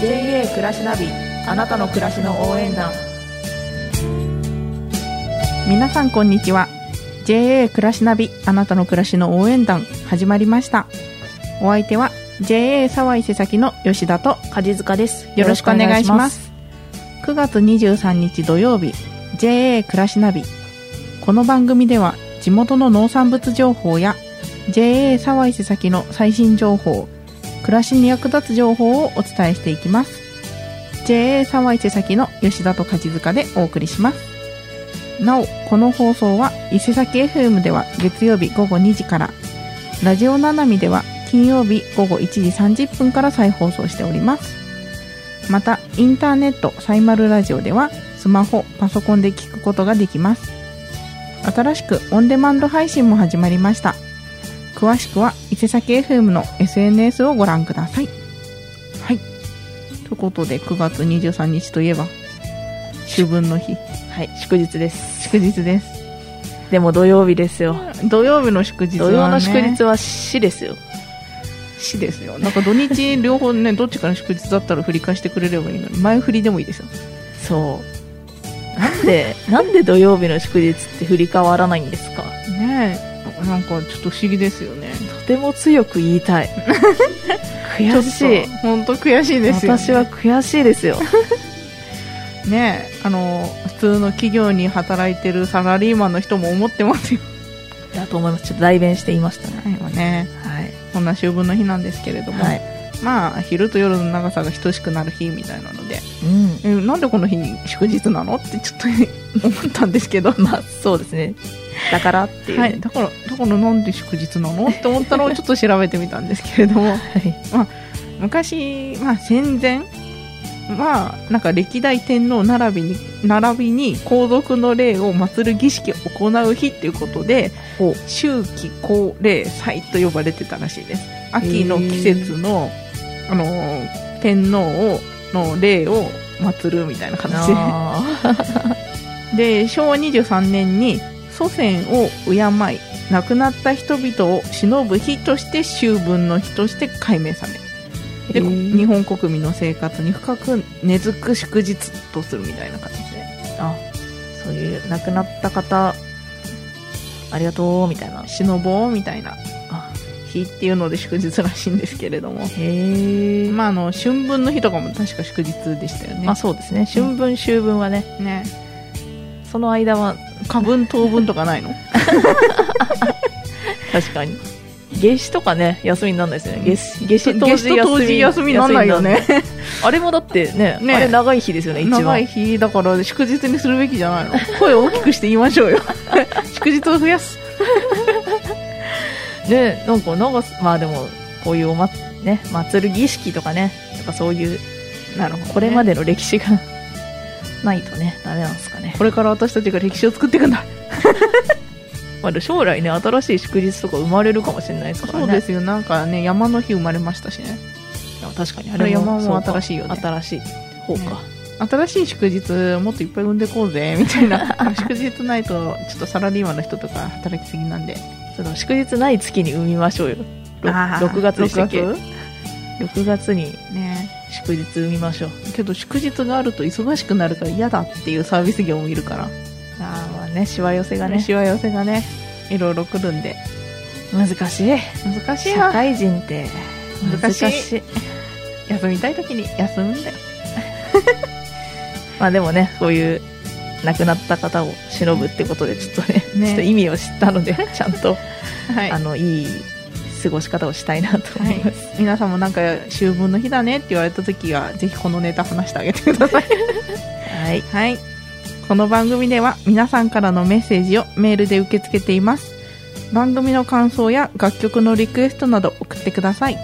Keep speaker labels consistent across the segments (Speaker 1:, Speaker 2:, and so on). Speaker 1: 暮らしナビあなたの暮らしの応援団
Speaker 2: 皆さんこんにちは JA 暮らしナビあなたの暮らしの応援団始まりましたお相手は JA 沢井瀬崎の吉田と
Speaker 1: 梶塚です
Speaker 2: よろしくお願いします9月23日土曜日 JA 暮らしナビこの番組では地元の農産物情報や JA 沢井瀬崎の最新情報暮らしに役立つ情報をお伝えしていきます JA 沢井瀬崎の吉田と梶塚でお送りしますなおこの放送は伊勢崎 FM では月曜日午後2時からラジオナナミでは金曜日午後1時30分から再放送しておりますまたインターネットサイマルラジオではスマホパソコンで聞くことができます新しくオンデマンド配信も始まりました詳しくは伊勢崎 FM の SNS をご覧くださいはいということで9月23日といえば秋分の日
Speaker 1: はい祝日です
Speaker 2: 祝日です
Speaker 1: でも土曜日ですよ
Speaker 2: 土曜日の祝日は、
Speaker 1: 土
Speaker 2: ね、
Speaker 1: 曜の祝日は死ですよ
Speaker 2: 死ですよなんか土日両方ねどっちかの祝日だったら振り返してくれればいいのに前振りでもいいですよ
Speaker 1: そうなんで なんで土曜日の祝日って振り返らないんですか
Speaker 2: ねえなんかちょっと不思議ですよね
Speaker 1: とても強く言いたい 悔しい
Speaker 2: 本当悔しいですよ、ね、
Speaker 1: 私は悔しいですよ
Speaker 2: ねえあの普通の企業に働いてるサラリーマンの人も思ってますよ
Speaker 1: だと思いますちょっと代弁して言いましたね
Speaker 2: 最後ね
Speaker 1: はい
Speaker 2: こんな秋分の日なんですけれども、
Speaker 1: はい
Speaker 2: まあ昼と夜の長さが等しくなる日みたいなので
Speaker 1: うん
Speaker 2: えなんでこの日祝日なのってちょっと思ったんですけど
Speaker 1: まあそうですねだからっていう、
Speaker 2: はい、だからだからなんで祝日なのって思ったのをちょっと調べてみたんですけれども
Speaker 1: はい
Speaker 2: 昔、まあ、戦前まあなんか歴代天皇並びに並びに皇族の礼を祀る儀式を行う日っていうことで
Speaker 1: ほう
Speaker 2: 秋季皇礼祭と呼ばれてたらしいです秋の季節の、あのー天皇をの礼を祀るみたいな形で
Speaker 1: あ
Speaker 2: で昭和23年に祖先を敬い亡くなった人々を偲ぶ日として秋分の日として改名され
Speaker 1: ー
Speaker 2: で、
Speaker 1: えー
Speaker 2: 日本国民の生活に深く根付く祝日とするみたいな形で
Speaker 1: あそういう亡くなった方ありがとうみたいな
Speaker 2: 偲ぼうみたいな
Speaker 1: あ
Speaker 2: 日っていうので祝日らしいんですけれども、
Speaker 1: へえま
Speaker 2: まあ、あの春分の日とかも確か祝日でしたよね,、
Speaker 1: あそうですね春分秋分はね
Speaker 2: ね
Speaker 1: その間は
Speaker 2: 過分当分とか ないの
Speaker 1: 確かに夏至とかね休みにならないですよね夏至夏至
Speaker 2: ゲスト当時休みになんないよね
Speaker 1: あれもだってね
Speaker 2: ね
Speaker 1: あれ長い日ですよね一番
Speaker 2: 長い日だから祝日にするべきじゃないの声を大きくして言いましょう よ祝日を増やす
Speaker 1: ねなんか長すまあでもこういうおまね祭る儀式とかねやっぱそういう
Speaker 2: なるほど、
Speaker 1: これま
Speaker 2: で
Speaker 1: での歴史が ないとねダメなんですかね
Speaker 2: これから私たちが歴史を作っていくんだ
Speaker 1: まあでも将来ね新しい祝日とか生まれるかもしれないですからね
Speaker 2: そうですよなんかね山の日生まれましたしね
Speaker 1: いや確かにあ
Speaker 2: あ
Speaker 1: れ
Speaker 2: れ
Speaker 1: も
Speaker 2: 山
Speaker 1: そう
Speaker 2: も
Speaker 1: か
Speaker 2: 新しいよね
Speaker 1: 新しい方か、
Speaker 2: 新しい祝日もっといっぱい生んでこうぜみたいな 祝日ないとちょっとサラリーマンの人とか働きすぎなんで
Speaker 1: その祝日ない月に産みましょうよろ
Speaker 2: あー
Speaker 1: 6月でしたっけ
Speaker 2: 六
Speaker 1: 6, 月に
Speaker 2: ね
Speaker 1: 祝日産みましょう
Speaker 2: けど祝日があると忙しくなるから嫌だっていうサービス業もいるから、
Speaker 1: ああまあねしわ寄せがね
Speaker 2: ね、しわ寄せがねいろいろ来るんで
Speaker 1: 難しい
Speaker 2: 難しい
Speaker 1: 社
Speaker 2: な
Speaker 1: 会人って難
Speaker 2: 難
Speaker 1: し
Speaker 2: し
Speaker 1: い
Speaker 2: い休みたい時に休むんだよ
Speaker 1: まあでもねそういう亡くなった方を偲ぶってことでちょっとね
Speaker 2: ね
Speaker 1: ちょっと意味を知ったの でちゃんと、
Speaker 2: はい
Speaker 1: あのいい過ごし方をしたいなと 思います、
Speaker 2: 皆さんもなんか秋分の日だねって言われた時はぜひこのネタ話してあげてください
Speaker 1: はい
Speaker 2: はいこの番組では皆さんからのメッセージをメールで受け付けています番組の感想や楽曲のリクエストなど送ってください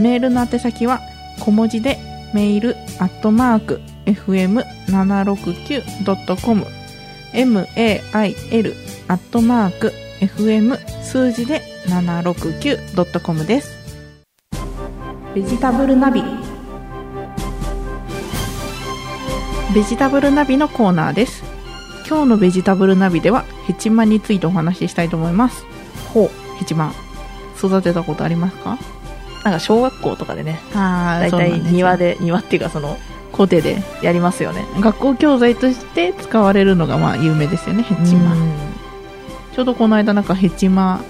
Speaker 2: メールの宛先は小文字でメールアットマーク fm769.com mail アットマーク fm 数字で 769.com ですベジタブルナビベジタブルナビのコーナーです今日のベジタブルナビではヘチマについてお話ししたいと思いますほうヘチマ育てたことありますか
Speaker 1: なんか小学校とかでね
Speaker 2: あ
Speaker 1: 大
Speaker 2: ーそうなん
Speaker 1: 体
Speaker 2: ですよ
Speaker 1: 庭で庭っていうかその校庭でやりますよね
Speaker 2: 学校教材として使われるのがまあ有名ですよねヘチマ、ちょうどこの間なんかヘチマ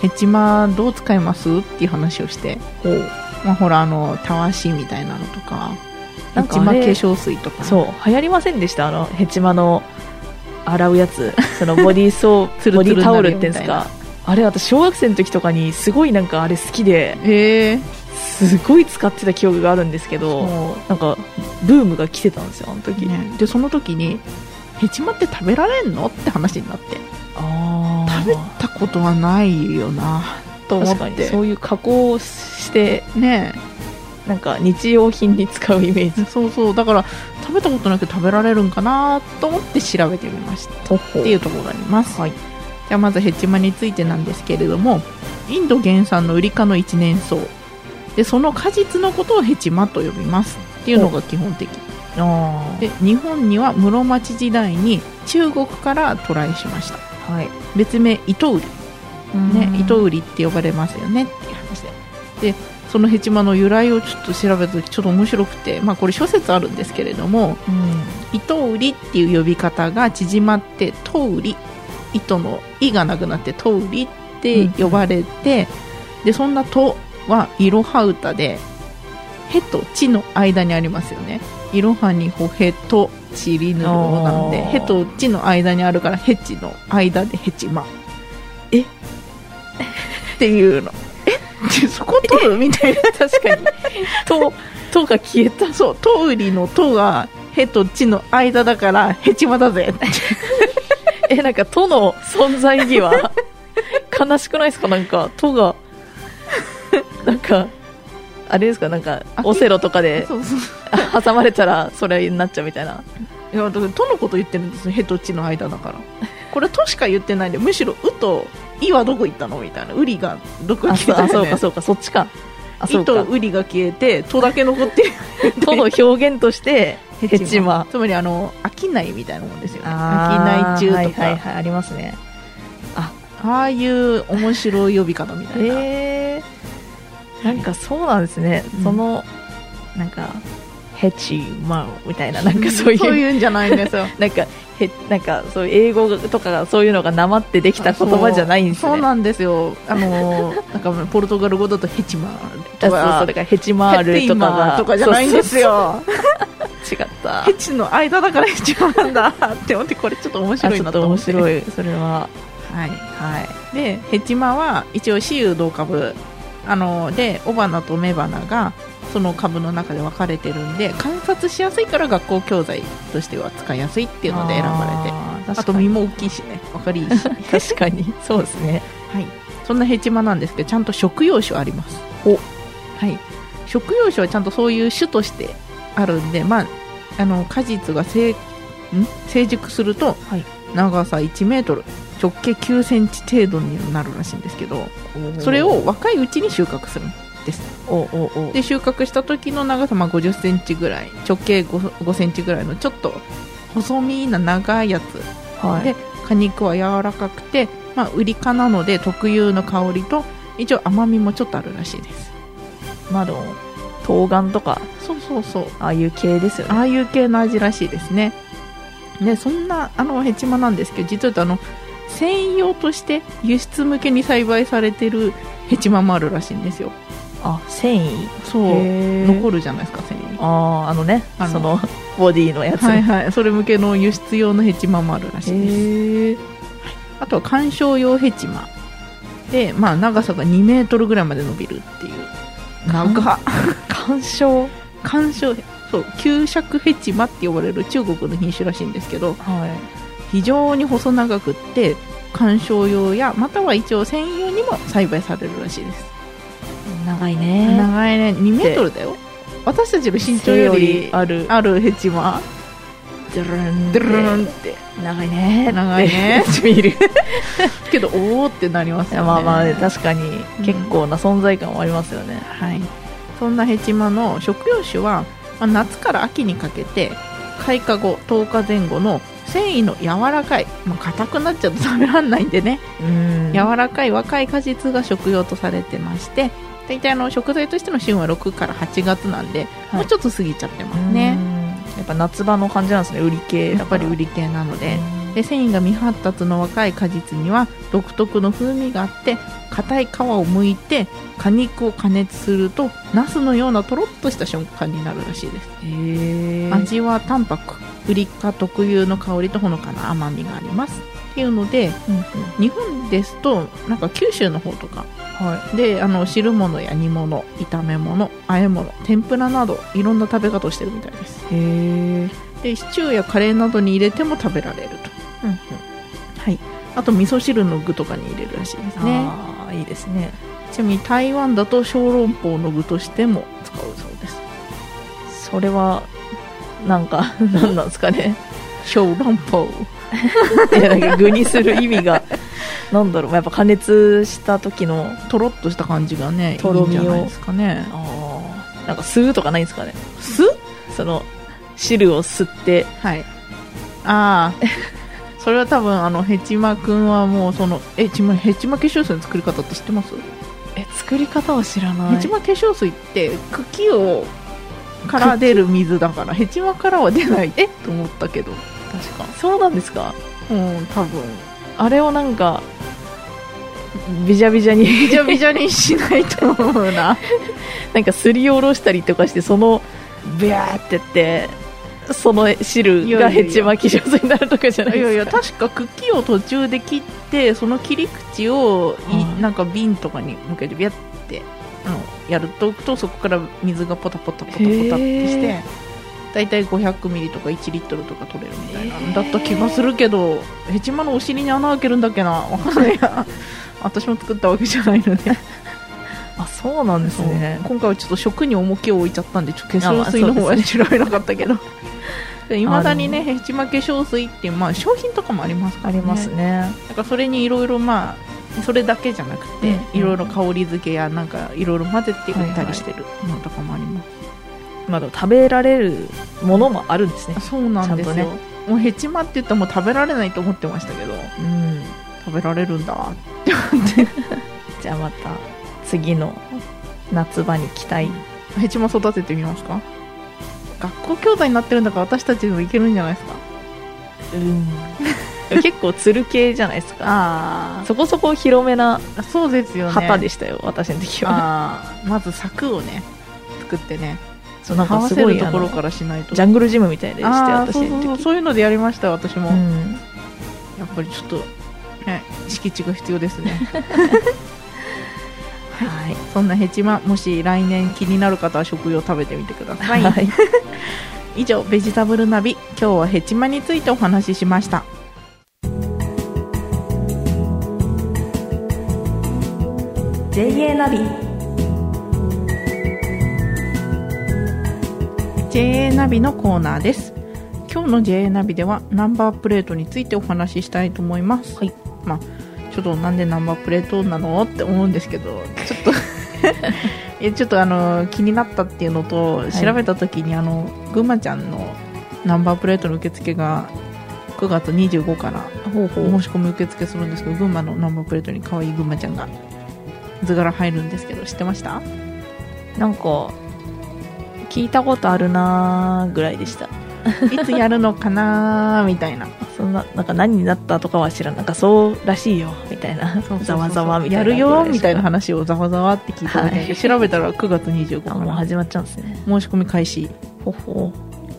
Speaker 2: ヘチマどう使いますっていう話をして、
Speaker 1: ほう
Speaker 2: まあ、ほらあのたわしみたいなのとか
Speaker 1: な
Speaker 2: ヘ
Speaker 1: んか
Speaker 2: チ
Speaker 1: あれ
Speaker 2: マ化粧水とか
Speaker 1: そう流行りませんでしたあのヘチマの洗うやつ そのボディーソー
Speaker 2: ツル
Speaker 1: ボ
Speaker 2: ツ
Speaker 1: デ
Speaker 2: ル
Speaker 1: ィ
Speaker 2: に
Speaker 1: タ
Speaker 2: な
Speaker 1: オ
Speaker 2: る
Speaker 1: ル
Speaker 2: よ
Speaker 1: っていうんです
Speaker 2: みたい
Speaker 1: かあれ私小学生の時とかにすごいなんかあれ好きで
Speaker 2: へえ
Speaker 1: すごい使ってた記憶があるんですけど
Speaker 2: そ
Speaker 1: なんかブームが来てたんですよあの
Speaker 2: う、
Speaker 1: 時、
Speaker 2: ねでその時にヘチマって食べられんのって話になって
Speaker 1: ああ
Speaker 2: 食べたことはないよなと思
Speaker 1: 確か
Speaker 2: っ
Speaker 1: に
Speaker 2: て
Speaker 1: そういう加工をして
Speaker 2: ね
Speaker 1: なんか日用品に使うイメージ
Speaker 2: えそうそうだから食べたことなく食べられるんかなと思って調べてみました
Speaker 1: とって
Speaker 2: っていうところがあります、
Speaker 1: はい
Speaker 2: じゃあまずヘチマについてなんですけれどもインド原産のウリ科の一年草でその果実のことをヘチマと呼びますっていうのが基本的
Speaker 1: あ
Speaker 2: で日本には室町時代に中国から渡来しました
Speaker 1: あはい
Speaker 2: 別名糸ウリね
Speaker 1: ね
Speaker 2: 糸ウリって呼ばれますよねっていう話ででそのヘチマの由来をちょっと調べた時ちょっと面白くてまあこれ諸説あるんですけれども
Speaker 1: うん
Speaker 2: 糸売りっていう呼び方が縮まって「と売り」糸の「い」がなくなって「と売り」って呼ばれて、でそんな「と」は「いろは歌で「へ」と「ち」の間にありますよね「いろはにほへとちりぬろ」なので
Speaker 1: あ
Speaker 2: 「
Speaker 1: ー
Speaker 2: へ」と「ち」の間にあるから「へち」の間で「へちま」
Speaker 1: え
Speaker 2: っていうのえそこ取るみ たいな
Speaker 1: 確かに
Speaker 2: と、とが消えた。そう、とうりのとが、へとちの間だから、へちまだぜ。
Speaker 1: えなんか「と」の存在意義は悲しくないですかなんか「と」がなんかあれですかなんか
Speaker 2: あ
Speaker 1: オセロとかで
Speaker 2: そうそう。
Speaker 1: 挟まれたらそれになっちゃうみたいない
Speaker 2: や、だからとのこと言ってるんですよ、へとちの間だから。これ、としか言ってないんで、むしろ、うと、いはどこ行ったのみたいな。うりが、どこ行
Speaker 1: あ
Speaker 2: っ
Speaker 1: そう
Speaker 2: た
Speaker 1: あそ
Speaker 2: の
Speaker 1: うかそうかそっちかあそう
Speaker 2: いと
Speaker 1: か
Speaker 2: うりが消えて、とだけ残ってる。
Speaker 1: 「と」の表現として「ヘチマ」
Speaker 2: つまり、あの、飽きないみたいなもんですよね。
Speaker 1: あ
Speaker 2: 飽
Speaker 1: ー
Speaker 2: きない中とか、
Speaker 1: はいはいはいありますね
Speaker 2: ああいう面白い呼び方みたいな。
Speaker 1: えー、なんかそうなんですね、
Speaker 2: うん
Speaker 1: そのなんかヘチマウみたいななんかそういう
Speaker 2: そういうんじゃないんですよ。
Speaker 1: なんかへなんかそういう英語とかがそういうのがなまってできた言葉じゃないんです
Speaker 2: そう
Speaker 1: ね
Speaker 2: なんですよ。あのー、なんかポルトガル語だとヘチマー
Speaker 1: あそうそう
Speaker 2: とか、
Speaker 1: だからヘチマー
Speaker 2: ヘ
Speaker 1: ルと
Speaker 2: テイ
Speaker 1: か
Speaker 2: マー
Speaker 1: が
Speaker 2: とかじゃないんですよ。
Speaker 1: そうそうそう違った
Speaker 2: ヘチの間だからヘチマなんだって思って、これちょっと面
Speaker 1: あ
Speaker 2: 白
Speaker 1: ち
Speaker 2: い
Speaker 1: ょ
Speaker 2: な
Speaker 1: っと
Speaker 2: と思
Speaker 1: 面
Speaker 2: って。
Speaker 1: 白いそれは
Speaker 2: はい。はい。で、ヘチマは一応雌雄同株。あのー、で、雄花と雌花が、その株の中で分かれてるんで、観察しやすいから学校教材としては使いやすいっていうので選ばれて。
Speaker 1: れ
Speaker 2: あと身も大きいしね、分かりいいし。
Speaker 1: 確かにそうですね
Speaker 2: はい、そんなヘチマなんですけどちゃんと食用種あります
Speaker 1: お
Speaker 2: はい、食用種はちゃんとそういう種としてあるんで、まあ、あの果実が成ん成熟すると、
Speaker 1: はい
Speaker 2: 長さ1メートル直径9センチ程度になるらしいんですけどそれを若いうちに収穫する
Speaker 1: おおお
Speaker 2: で収穫した時の長さまあ50センチぐらい直径 5, 5センチぐらいのちょっと細身な長いやつ
Speaker 1: はい
Speaker 2: で果肉は柔らかくて、まあ、ウリ科なので特有の香りと一応甘みもちょっとあるらしいです
Speaker 1: まあでも冬瓜とか
Speaker 2: そうそうそう
Speaker 1: ああいう系ですよね
Speaker 2: ああいう系の味らしいですねでそんなあのヘチマなんですけど実は言うとあの専用として輸出向けに栽培されてるヘチマもあるらしいんですよ
Speaker 1: あ繊維
Speaker 2: そう
Speaker 1: 残
Speaker 2: 残
Speaker 1: る
Speaker 2: るじゃないですか繊維
Speaker 1: あああのね
Speaker 2: あの
Speaker 1: そのボディのやつ、
Speaker 2: はいはいそれ向けの輸出用のヘチマもあるらしいです
Speaker 1: へえ
Speaker 2: あとは観賞用ヘチマで、まあ、長さが2メートルぐらいまで伸びるっていう
Speaker 1: 長
Speaker 2: 長
Speaker 1: 鑑賞
Speaker 2: 観賞そう旧尺ヘチマって呼ばれる中国の品種らしいんですけど
Speaker 1: はい
Speaker 2: 非常に細長くって観賞用やまたは一応専用にも栽培されるらしいです、
Speaker 1: 長いね
Speaker 2: 長いね2メートルだよ私たちの身長より
Speaker 1: ある
Speaker 2: あるヘチマ
Speaker 1: ドゥルン
Speaker 2: ドゥルルンって
Speaker 1: 長いね
Speaker 2: 長 いね
Speaker 1: って見る
Speaker 2: けどおおってなります
Speaker 1: い
Speaker 2: よ
Speaker 1: や
Speaker 2: ね
Speaker 1: まあまあ確かに結構な存在感はありますよね、
Speaker 2: はい、そんなヘチマの食用種は、まあ夏から秋にかけて開花後10日前後の繊維の柔らかいまあ硬、くなっちゃうと食べられないんでね、
Speaker 1: うん
Speaker 2: 柔らかい若い果実が食用とされてまして大体あの食材としての旬は6から8月なんで、
Speaker 1: はい
Speaker 2: もうちょっと過ぎちゃってます
Speaker 1: ね
Speaker 2: ね。
Speaker 1: やっぱ夏場の感じなんですね売り系
Speaker 2: や
Speaker 1: だ
Speaker 2: っぱ
Speaker 1: から
Speaker 2: り売り系なので。
Speaker 1: え
Speaker 2: で繊維が未発達の若い果実には独特の風味があって硬い皮を剥いて果肉を加熱するとナスのようなとろっとした食感になるらしいです
Speaker 1: へえ
Speaker 2: 味は淡白ウリ科特有の香りとほのかな甘みがありますっていうので
Speaker 1: うんうん
Speaker 2: 日本ですとなんか九州の方とか
Speaker 1: は
Speaker 2: であの汁物や煮物炒め物和え物天ぷらなどいろんな食べ方をしてるみたいです
Speaker 1: いへえ
Speaker 2: でシチューやカレーなどに入れても食べられると、はい、あと味噌汁の具とかに入れるらしいですね
Speaker 1: ああいいですね
Speaker 2: ちなみに台湾だと小籠包の具としても使うそうです
Speaker 1: それはなんか何なんですかね
Speaker 2: 小籠包
Speaker 1: いやなんか具にする意味がなんだろうやっぱ加熱した時の
Speaker 2: とろっとした感じがねいい
Speaker 1: とろ
Speaker 2: ん
Speaker 1: み
Speaker 2: じ
Speaker 1: を
Speaker 2: ゃないですかね
Speaker 1: ああなんか吸うとかないんですかね
Speaker 2: 酢
Speaker 1: その汁を吸って
Speaker 2: はいああ それは多分あのヘチマくんはもうそのえちまヘチマ化粧水の作り方って知ってます、
Speaker 1: え作り方は知らな
Speaker 2: ヘチマ化粧水って茎をから出る水だからヘチマからは出ないえと思ったけど確か
Speaker 1: そうなんですか
Speaker 2: うん、多 分。
Speaker 1: あれをなんかビジャビジャに
Speaker 2: びちゃびちゃにしないと思うな。
Speaker 1: なんかすりおろしたりとかしてそのビャーってってその汁
Speaker 2: いやいや
Speaker 1: が
Speaker 2: いや
Speaker 1: ヘチマ化粧水になるとかじゃない
Speaker 2: い
Speaker 1: です
Speaker 2: や
Speaker 1: か
Speaker 2: いや、確か茎を途中で切って、その切り口をい、
Speaker 1: はい
Speaker 2: なんか瓶とかに向けてビャって、あのやると、とそこから水がポタポタポタポタって
Speaker 1: へ
Speaker 2: して
Speaker 1: ー、
Speaker 2: だいたい500ミリとか1リットルとか取れるみたい
Speaker 1: へー
Speaker 2: な。だった気がするけど、ヘチマのお尻に穴開けるんだっけな。わかん ないや。私も作ったわけじゃないので。
Speaker 1: あそうなんですね
Speaker 2: 今回はちょっと食に重きを置いちゃったんでちょっと化粧水の方は調べなかったけどいまだにねヘチマ化粧水っていう、まあ、商品とかもあります
Speaker 1: あ
Speaker 2: から、ね、
Speaker 1: りますね
Speaker 2: だからそれにいろいろまあそれだけじゃなく
Speaker 1: うん
Speaker 2: て
Speaker 1: うん
Speaker 2: いろいろ香り付けやなんかいろいろ混ぜて売ったりしてるものとかもあります、
Speaker 1: まあでも食べられるものもあるんですね
Speaker 2: あそうなんですよ、
Speaker 1: ちゃんと
Speaker 2: もうヘチマって言ったらもう食べられないと思ってましたけど
Speaker 1: うん
Speaker 2: 食べられるんだ
Speaker 1: じゃあまた次の夏場に期待
Speaker 2: ヘチマ育ててみますか学校教材になってるんだから私たちでもいけるんじゃないですか
Speaker 1: うん結構つる系じゃないですか
Speaker 2: あ
Speaker 1: そこそこ広めな
Speaker 2: あそうですよね
Speaker 1: 旗でしたよ、私の時は
Speaker 2: あーまず柵をね作ってね
Speaker 1: そうなん
Speaker 2: か
Speaker 1: か
Speaker 2: わ
Speaker 1: す
Speaker 2: せ
Speaker 1: ご
Speaker 2: る
Speaker 1: い
Speaker 2: と
Speaker 1: あ
Speaker 2: ころ
Speaker 1: の
Speaker 2: からしないと
Speaker 1: ジャングルジムみたいでして
Speaker 2: あー
Speaker 1: 私
Speaker 2: そう
Speaker 1: の
Speaker 2: そう
Speaker 1: 時
Speaker 2: そういうのでやりました私も、
Speaker 1: う
Speaker 2: や
Speaker 1: ん
Speaker 2: っぱりちょっと、ね、敷地が必要ですね
Speaker 1: はい
Speaker 2: そんなヘチマもし来年気になる方は食用食べてみてください、
Speaker 1: はい
Speaker 2: 以上ベジタブルナビ今日はヘチマについてお話ししました
Speaker 1: 「JA ナビ
Speaker 2: JA ナビのコーナーです今日の JA ナビではナンバープレートについてお話ししたいと思います、
Speaker 1: はい
Speaker 2: まあ、ちょっとなんでナンバープレートなのって思うんですけどちょっと いやちょっとあの気になったっていうのと
Speaker 1: い
Speaker 2: 調べた時に、あのぐまちゃんのナンバープレートの受付が9月25から
Speaker 1: ほうほう
Speaker 2: 申し込み受付するんですけど群馬のナンバープレートに可愛いぐまちゃんが図柄入るんですけど知ってま した」
Speaker 1: なんか聞いたことあるなーぐらいでした
Speaker 2: いつやるのかなーみたいな
Speaker 1: そんななんか何になったとかは知らんなんかそうらしいよみたいな
Speaker 2: そうそうそうそう
Speaker 1: ざわざわみたいな
Speaker 2: やるよみたいな
Speaker 1: 話
Speaker 2: 話をざわざわって聞いただけで、
Speaker 1: はい
Speaker 2: 調べたら9月25日
Speaker 1: あ
Speaker 2: か
Speaker 1: もう
Speaker 2: ら
Speaker 1: 始まっちゃうんですね
Speaker 2: 申し込み開始
Speaker 1: ほほ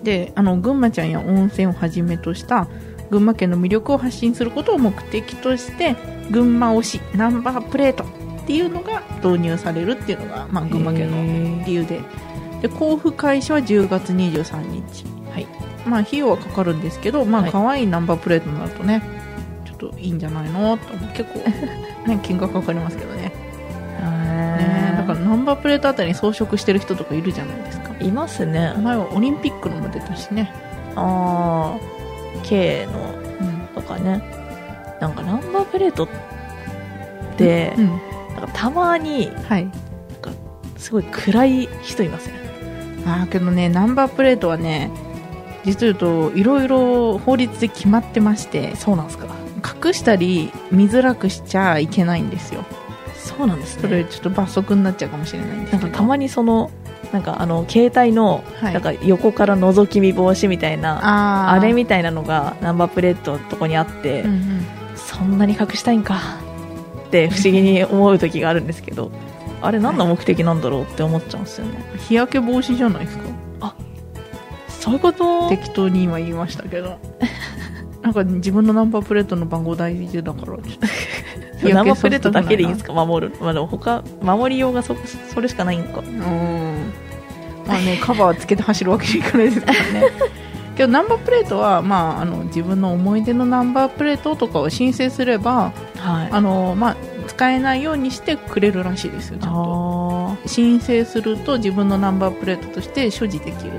Speaker 2: であの群馬ちゃんや温泉をはじめとした群馬県の魅力を発信することを目的として群馬推しナンバープレートっていうのが導入されるっていうのが、まあ、群馬県の
Speaker 1: の
Speaker 2: 理由でで交付開始は10月23日、
Speaker 1: はい
Speaker 2: まあ、費用はかかるんですけど、ま
Speaker 1: は
Speaker 2: あ
Speaker 1: い
Speaker 2: 可愛いナンバープレートになるとねちょっといいんじゃないのと思う結構、 ね、金額かかりますけどねねだからナンバープレートあたりに装飾してる人とかいるじゃないですか
Speaker 1: いますね
Speaker 2: 前はオリンピックのも出たしね、
Speaker 1: ああ K の
Speaker 2: うん
Speaker 1: とかねなんかナンバープレートって、
Speaker 2: うん
Speaker 1: なんかたまに
Speaker 2: はい
Speaker 1: すごい暗い人いません
Speaker 2: ああけどねナンバープレートはね実を言うといろいろ法律で決まってまして
Speaker 1: そうなんですか
Speaker 2: 隠したり見づらくしちゃいけないんですよ
Speaker 1: そそうなんです
Speaker 2: それ
Speaker 1: ね
Speaker 2: ちょっと罰則になっちゃうかもしれないんです
Speaker 1: な
Speaker 2: け
Speaker 1: ん
Speaker 2: ど
Speaker 1: かたまにそのなんかあの携帯の
Speaker 2: はい
Speaker 1: なんか横から覗き見防止みたいな、
Speaker 2: あー
Speaker 1: あれみたいなのがナンバープレートのとこにあって、
Speaker 2: うんうん
Speaker 1: そんなに隠したいんかって不思議に思う時があるんですけどあれ何の目的なんだろうって思っちゃうんですよね
Speaker 2: 日焼け防止じゃないですか
Speaker 1: そういうこと
Speaker 2: 適当に今言いましたけど なんか自分のナンバープレートの番号大事だからちょっと日焼け
Speaker 1: ナンバープレートだけでいいんです
Speaker 2: か
Speaker 1: か守る、まあ、でも他守りようがそそれしかないんか
Speaker 2: うんまあねカバーつけて走るわけにいかないですからね けどナンバープレートは、まあ、あの自分の思い出のナンバープレートとかを申請すれば
Speaker 1: はい
Speaker 2: あの、まあ、使えないようにしてくれるらしいですよちゃんと
Speaker 1: あ
Speaker 2: 申請すると自分のナンバープレートとして所持できる
Speaker 1: ー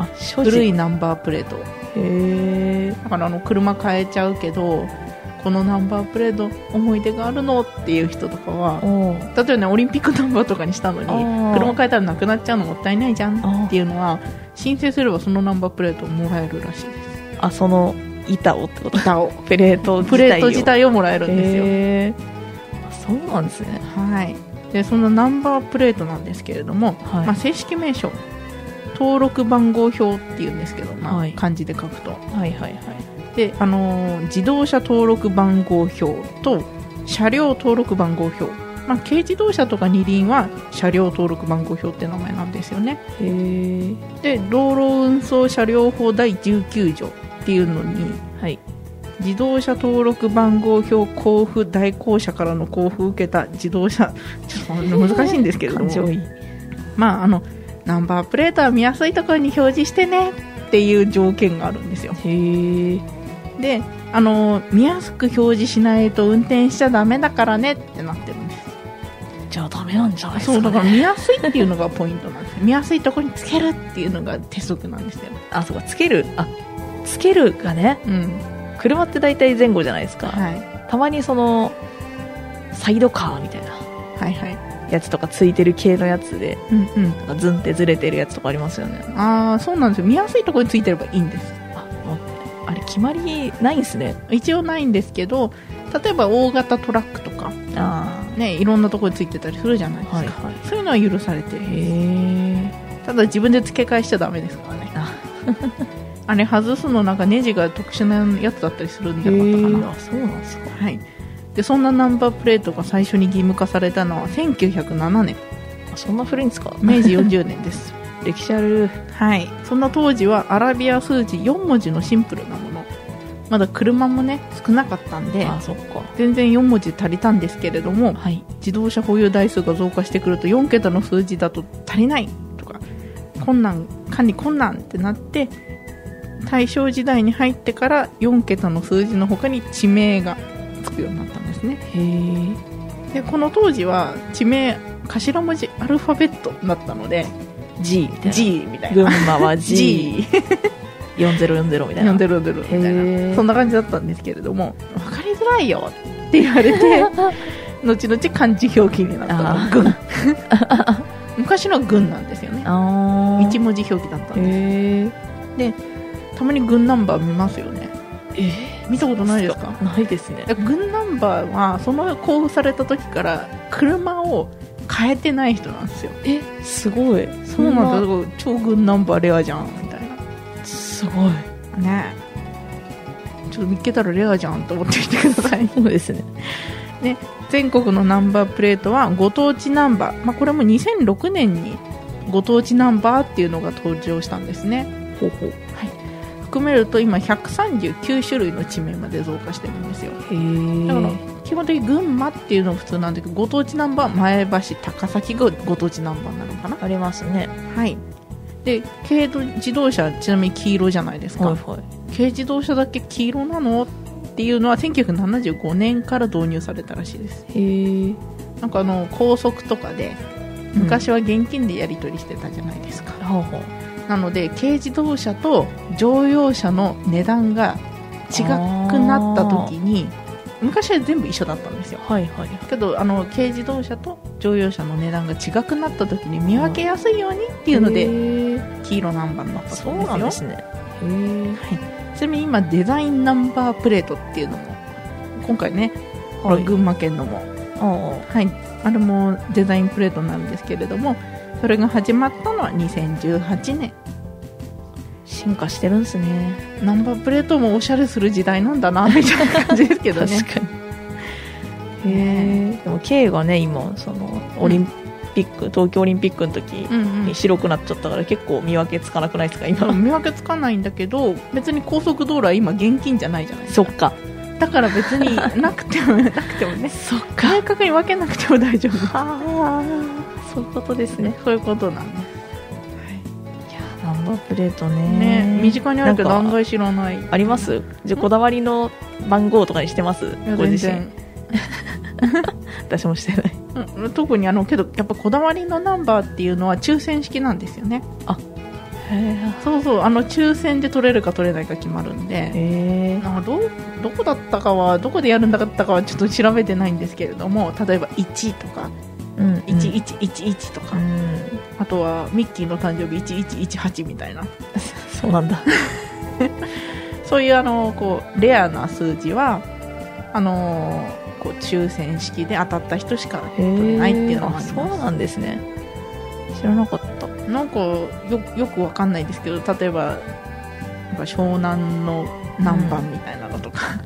Speaker 1: あ所持
Speaker 2: 古い
Speaker 1: へ
Speaker 2: ナンバープレートを
Speaker 1: え
Speaker 2: だからあの車変えちゃうけどこのナンバープレート思い出があるのっていう人とかは
Speaker 1: おう
Speaker 2: 例えばねオリンピックナンバーとかにしたのに
Speaker 1: あー
Speaker 2: 車変えたらなくなっちゃうのもったいないじゃん
Speaker 1: あー
Speaker 2: っていうのは申請すればそのナンバープレートをもらえるらしいです
Speaker 1: あその板をってこと
Speaker 2: 板を
Speaker 1: プレート自
Speaker 2: プ
Speaker 1: 体を
Speaker 2: レート自体をもらえるんですよ
Speaker 1: へーあそうなんですね
Speaker 2: はいでそのナンバープレートなんですけれども、
Speaker 1: はい
Speaker 2: まあ、正式名称登録番号表っていうんですけど、まあ
Speaker 1: はい
Speaker 2: 漢字で書くと
Speaker 1: はいはいはい
Speaker 2: で、あのー自動車登録番号表と車両登録番号表、まあ、軽自動車とか二輪は車両登録番号表って名前なんですよね
Speaker 1: へえ
Speaker 2: で道路運送車両法第19条っていうのに
Speaker 1: はい
Speaker 2: 自動車登録番号表交付代行者からの交付を受けた自動車ちょっと難しいんですけれど
Speaker 1: 感
Speaker 2: も
Speaker 1: 情いい
Speaker 2: まああのナンバープレートは見やすいところに表示してねっていう条件があるんですよ
Speaker 1: へえ
Speaker 2: であの見やすく表示しないと運転しちゃダメだからねってなってるんです
Speaker 1: じゃあダメなんじゃないです
Speaker 2: そ
Speaker 1: か、
Speaker 2: う
Speaker 1: ね、
Speaker 2: だから見やすいっていうのがポイントなんですよ見やすいとこにつけるっていうのが鉄則なんですよ、
Speaker 1: あそうかつけるあつけるがね
Speaker 2: うん
Speaker 1: 車って大体前後じゃないですか、
Speaker 2: はい、
Speaker 1: たまにそのサイドカーみたいな
Speaker 2: はいはい
Speaker 1: やつとかついてる系のやつで
Speaker 2: うんうん
Speaker 1: なんかズンってずれてるやつとかありますよね
Speaker 2: ああそうなんですよ見やすいとこについてればいいんです
Speaker 1: あもうあれ決まりないんすね
Speaker 2: 一応ないんですけど例えば大型トラックとか
Speaker 1: あ
Speaker 2: ねいろんなとこについてたりするじゃないですか、
Speaker 1: はいはい
Speaker 2: そういうのは許されてる
Speaker 1: へえ
Speaker 2: ただ自分で付け替えしちゃダメですからね
Speaker 1: あ
Speaker 2: あれ外すのなんかネジが特殊なやつだったりするんじゃなかったかな
Speaker 1: あそうなんですか
Speaker 2: はい、でそんなナンバープレートが最初に義務化されたのは1907年
Speaker 1: あそんな古いんですか
Speaker 2: 明治40年です
Speaker 1: 歴史ある
Speaker 2: はいそんな当時はアラビア数字4文字のシンプルなものまだ車もね少なかったんで
Speaker 1: あそっか
Speaker 2: 全然4文字足りたんですけれども
Speaker 1: はい
Speaker 2: 自動車保有台数が増加してくると4桁の数字だと足りないとか困難管理困難ってなって大正時代に入ってから4桁の数字の他に地名がつくようになったんですね
Speaker 1: へえ
Speaker 2: でこの当時は地名頭文字アルファベットだったので
Speaker 1: G みたいな
Speaker 2: G みたい
Speaker 1: 群
Speaker 2: な
Speaker 1: 馬は G4040
Speaker 2: G
Speaker 1: みたい
Speaker 2: 呼
Speaker 1: なん
Speaker 2: でる呼んでるみたい
Speaker 1: へ
Speaker 2: な
Speaker 1: ー
Speaker 2: そんな感じだったんですけれども分かりづらいよって言われ て後々漢字表記になった
Speaker 1: あ
Speaker 2: の
Speaker 1: ー
Speaker 2: 軍 昔の軍なんですよね
Speaker 1: あ
Speaker 2: 一文字表記だったんで
Speaker 1: へえ
Speaker 2: すたまに軍ナンバー見ますよね
Speaker 1: え
Speaker 2: 見たことないですか
Speaker 1: ないですね
Speaker 2: だから軍ナンバーはその交付された時から車を変えてない人なんですよ
Speaker 1: えすごい
Speaker 2: そうなんだ超軍ナンバーレアじゃんみたい
Speaker 1: だすごい
Speaker 2: なねちょっと見っけたらレアじゃんと思ってみてください
Speaker 1: そうですね
Speaker 2: 全国のナンバープレートはご当地ナンバー、まあ、これも2006年にご当地ナンバーっていうのが登場したんですね
Speaker 1: ほうほう
Speaker 2: 含めると今139種類の地名まで増加してるんですよ
Speaker 1: へえ
Speaker 2: だから基本的に群馬っていうのが普通なんだけどご当地ナンバー前橋高崎がご当地ナンバーなのかな
Speaker 1: ありますね
Speaker 2: はいで軽自動車ちなみに黄色じゃないですか、
Speaker 1: は
Speaker 2: 軽自動車だけ黄色なのっていうのは1975年から導入されたらしいです
Speaker 1: いへえ
Speaker 2: なんかあの高速とかで昔は現金でやり取りしてたじゃないですか、
Speaker 1: ほうほう
Speaker 2: なので軽自動車と乗用車の値段が違くなった時に昔は全部一緒だったんですよ
Speaker 1: はいはい
Speaker 2: けどあの軽自動車と乗用車の値段が違くなった時に見分けやすいようにっていうの
Speaker 1: へ
Speaker 2: で
Speaker 1: ー
Speaker 2: 黄色ナンバーになった
Speaker 1: そ
Speaker 2: そううです
Speaker 1: な
Speaker 2: よ
Speaker 1: んですねへえ
Speaker 2: ちなみに今デザインナンバープレートっていうのも今回ね、この群馬県のも
Speaker 1: おう
Speaker 2: はい、あれもデザインプレートなんですけれどもそれが始まったのは2018年
Speaker 1: 進化してるんすね
Speaker 2: ナンバープレートもおしゃれする時代なんだなみたいな感じですけどね
Speaker 1: 確かにへえでも K がね今そのオリンピック、東京オリンピックの時
Speaker 2: うんうん
Speaker 1: に白くなっちゃったから結構見分けつかなくないですか今、
Speaker 2: まあ見分けつかないんだけど別に高速道路は今現金じゃないじゃないです
Speaker 1: そ
Speaker 2: か
Speaker 1: っか
Speaker 2: だから別になくて もなくてもね
Speaker 1: そっか
Speaker 2: 明確に分けなくても大丈夫
Speaker 1: ああそういうことですね
Speaker 2: ねそういうことなんで
Speaker 1: いやナンバープレート
Speaker 2: す
Speaker 1: ね
Speaker 2: ね身近にあるけど
Speaker 1: なんか
Speaker 2: 案外知らない
Speaker 1: ありますじゃあこだわりの番号とかにしてます
Speaker 2: いや
Speaker 1: ご
Speaker 2: 全
Speaker 1: 自身
Speaker 2: 然
Speaker 1: 私もしてない
Speaker 2: うん特にあのけどやっぱこだわりのナンバーっていうのは抽選式なんですよねそうそうあの抽選で取れるか取れないか決まるんで
Speaker 1: へえ
Speaker 2: なんかどうどこだったかはどこでやるんだったかはちょっと調べてないんですけれども例えば1とか
Speaker 1: うんうん
Speaker 2: 1111とか、
Speaker 1: うん
Speaker 2: あとはミッキーの誕生日1118みたいな
Speaker 1: そうなんだ
Speaker 2: そういうあのこうレアな数字はあのーこう抽選式で当たった人しか 取れないっていうのもあ
Speaker 1: あ
Speaker 2: り
Speaker 1: そう
Speaker 2: ます
Speaker 1: なんですね知らなかった
Speaker 2: なんかよよくわかんないですけど例えばなんか湘南の何番みたいなのとか、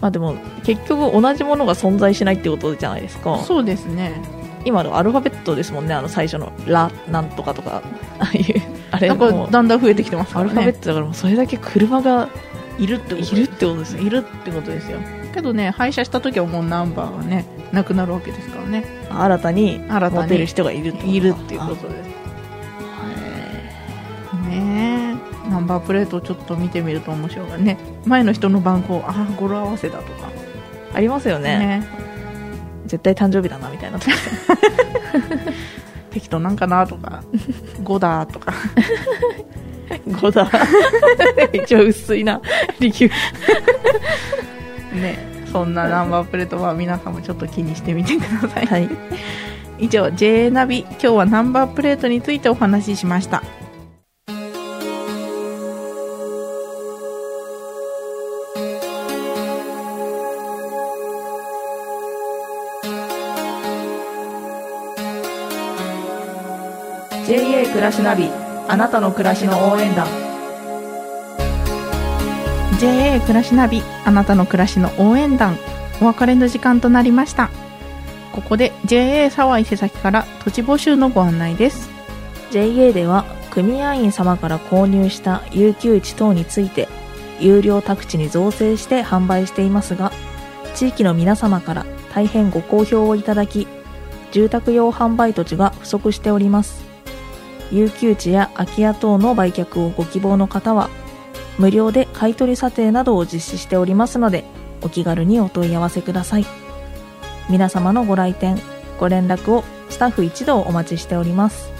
Speaker 1: まあでも結局同じものが存在しないってことじゃないですか
Speaker 2: そうですね
Speaker 1: 今のアルファベットですもんねあの最初の「ラ」なんとかとかああいうあれ
Speaker 2: なん
Speaker 1: も
Speaker 2: か
Speaker 1: う
Speaker 2: だんだん増えてきてますか
Speaker 1: ア
Speaker 2: ら
Speaker 1: ル
Speaker 2: ね
Speaker 1: ファベットだからもうそれだけ車が
Speaker 2: いるってこと
Speaker 1: い
Speaker 2: です
Speaker 1: るってことですね
Speaker 2: いるってことですよけどね廃車した時はもうナンバーがねなくなるわけですからね
Speaker 1: 新たに
Speaker 2: 新
Speaker 1: 持
Speaker 2: た
Speaker 1: てる
Speaker 2: に
Speaker 1: 人がいるってことか
Speaker 2: いるっていうことですねえナンバープレートをちょっと見てみると面白いわね前の人の番号ああ語呂合わせだとか
Speaker 1: あありますよね
Speaker 2: ね
Speaker 1: 絶対誕生日だなみたいな
Speaker 2: 適当なんかなと か5だと か
Speaker 1: 5だ 一応薄いな理由
Speaker 2: ねそんなナンバープレートは皆さんもちょっと気にしてみてください、
Speaker 1: はい
Speaker 2: 以上 JA ナビ今日はナンバープレートについてお話ししました「JA 暮らしナビあなたの暮らしの応援団」JA 暮らしナビあなたの暮らしの応援団お別れの時間となりましたここで JA 沢井瀬崎から土地募集のご案内です
Speaker 1: JA では組合員様から購入した有給地等について有料宅地に造成して販売していますが地域の皆様から大変ご好評をいただき住宅用販売土地が不足しております有給地や空き家等の売却をご希望の方は無料で買取査定などを実施しておりますのでお気軽にお問い合わせください皆様のご来店ご連絡をスタッフ一同お待ちしております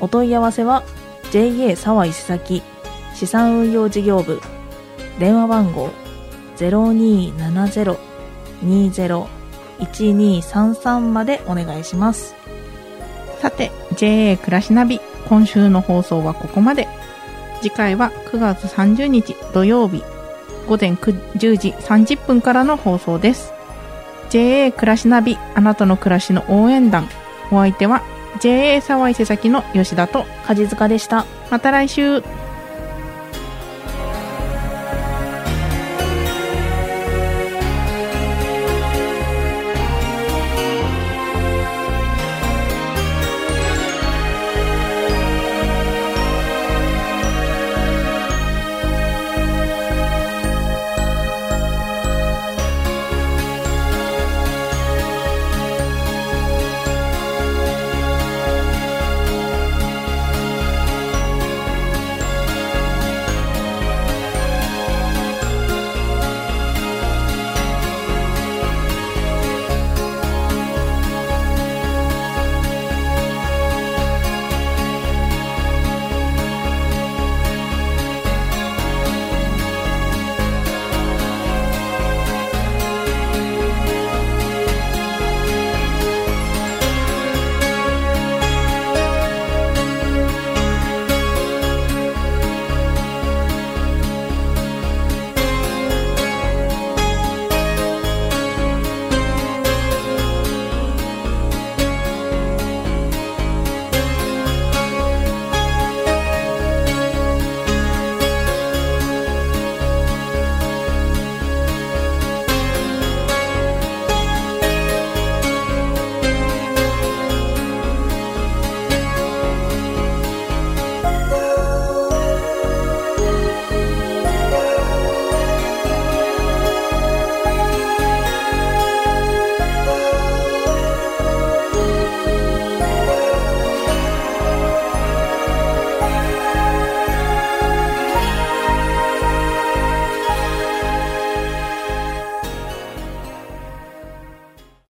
Speaker 1: お問い合わせは JA 沢井須崎資産運用事業部電話番号0270-20-1233までお願いします。
Speaker 2: さて JA 暮らしナビ今週の放送はここまで次回は9月30日土曜日午前9 10時30分からの放送です JA 暮らしナビあなたの暮らしの応援団お相手は JA 沢井瀬崎の吉田と
Speaker 1: 梶塚でした。
Speaker 2: また来週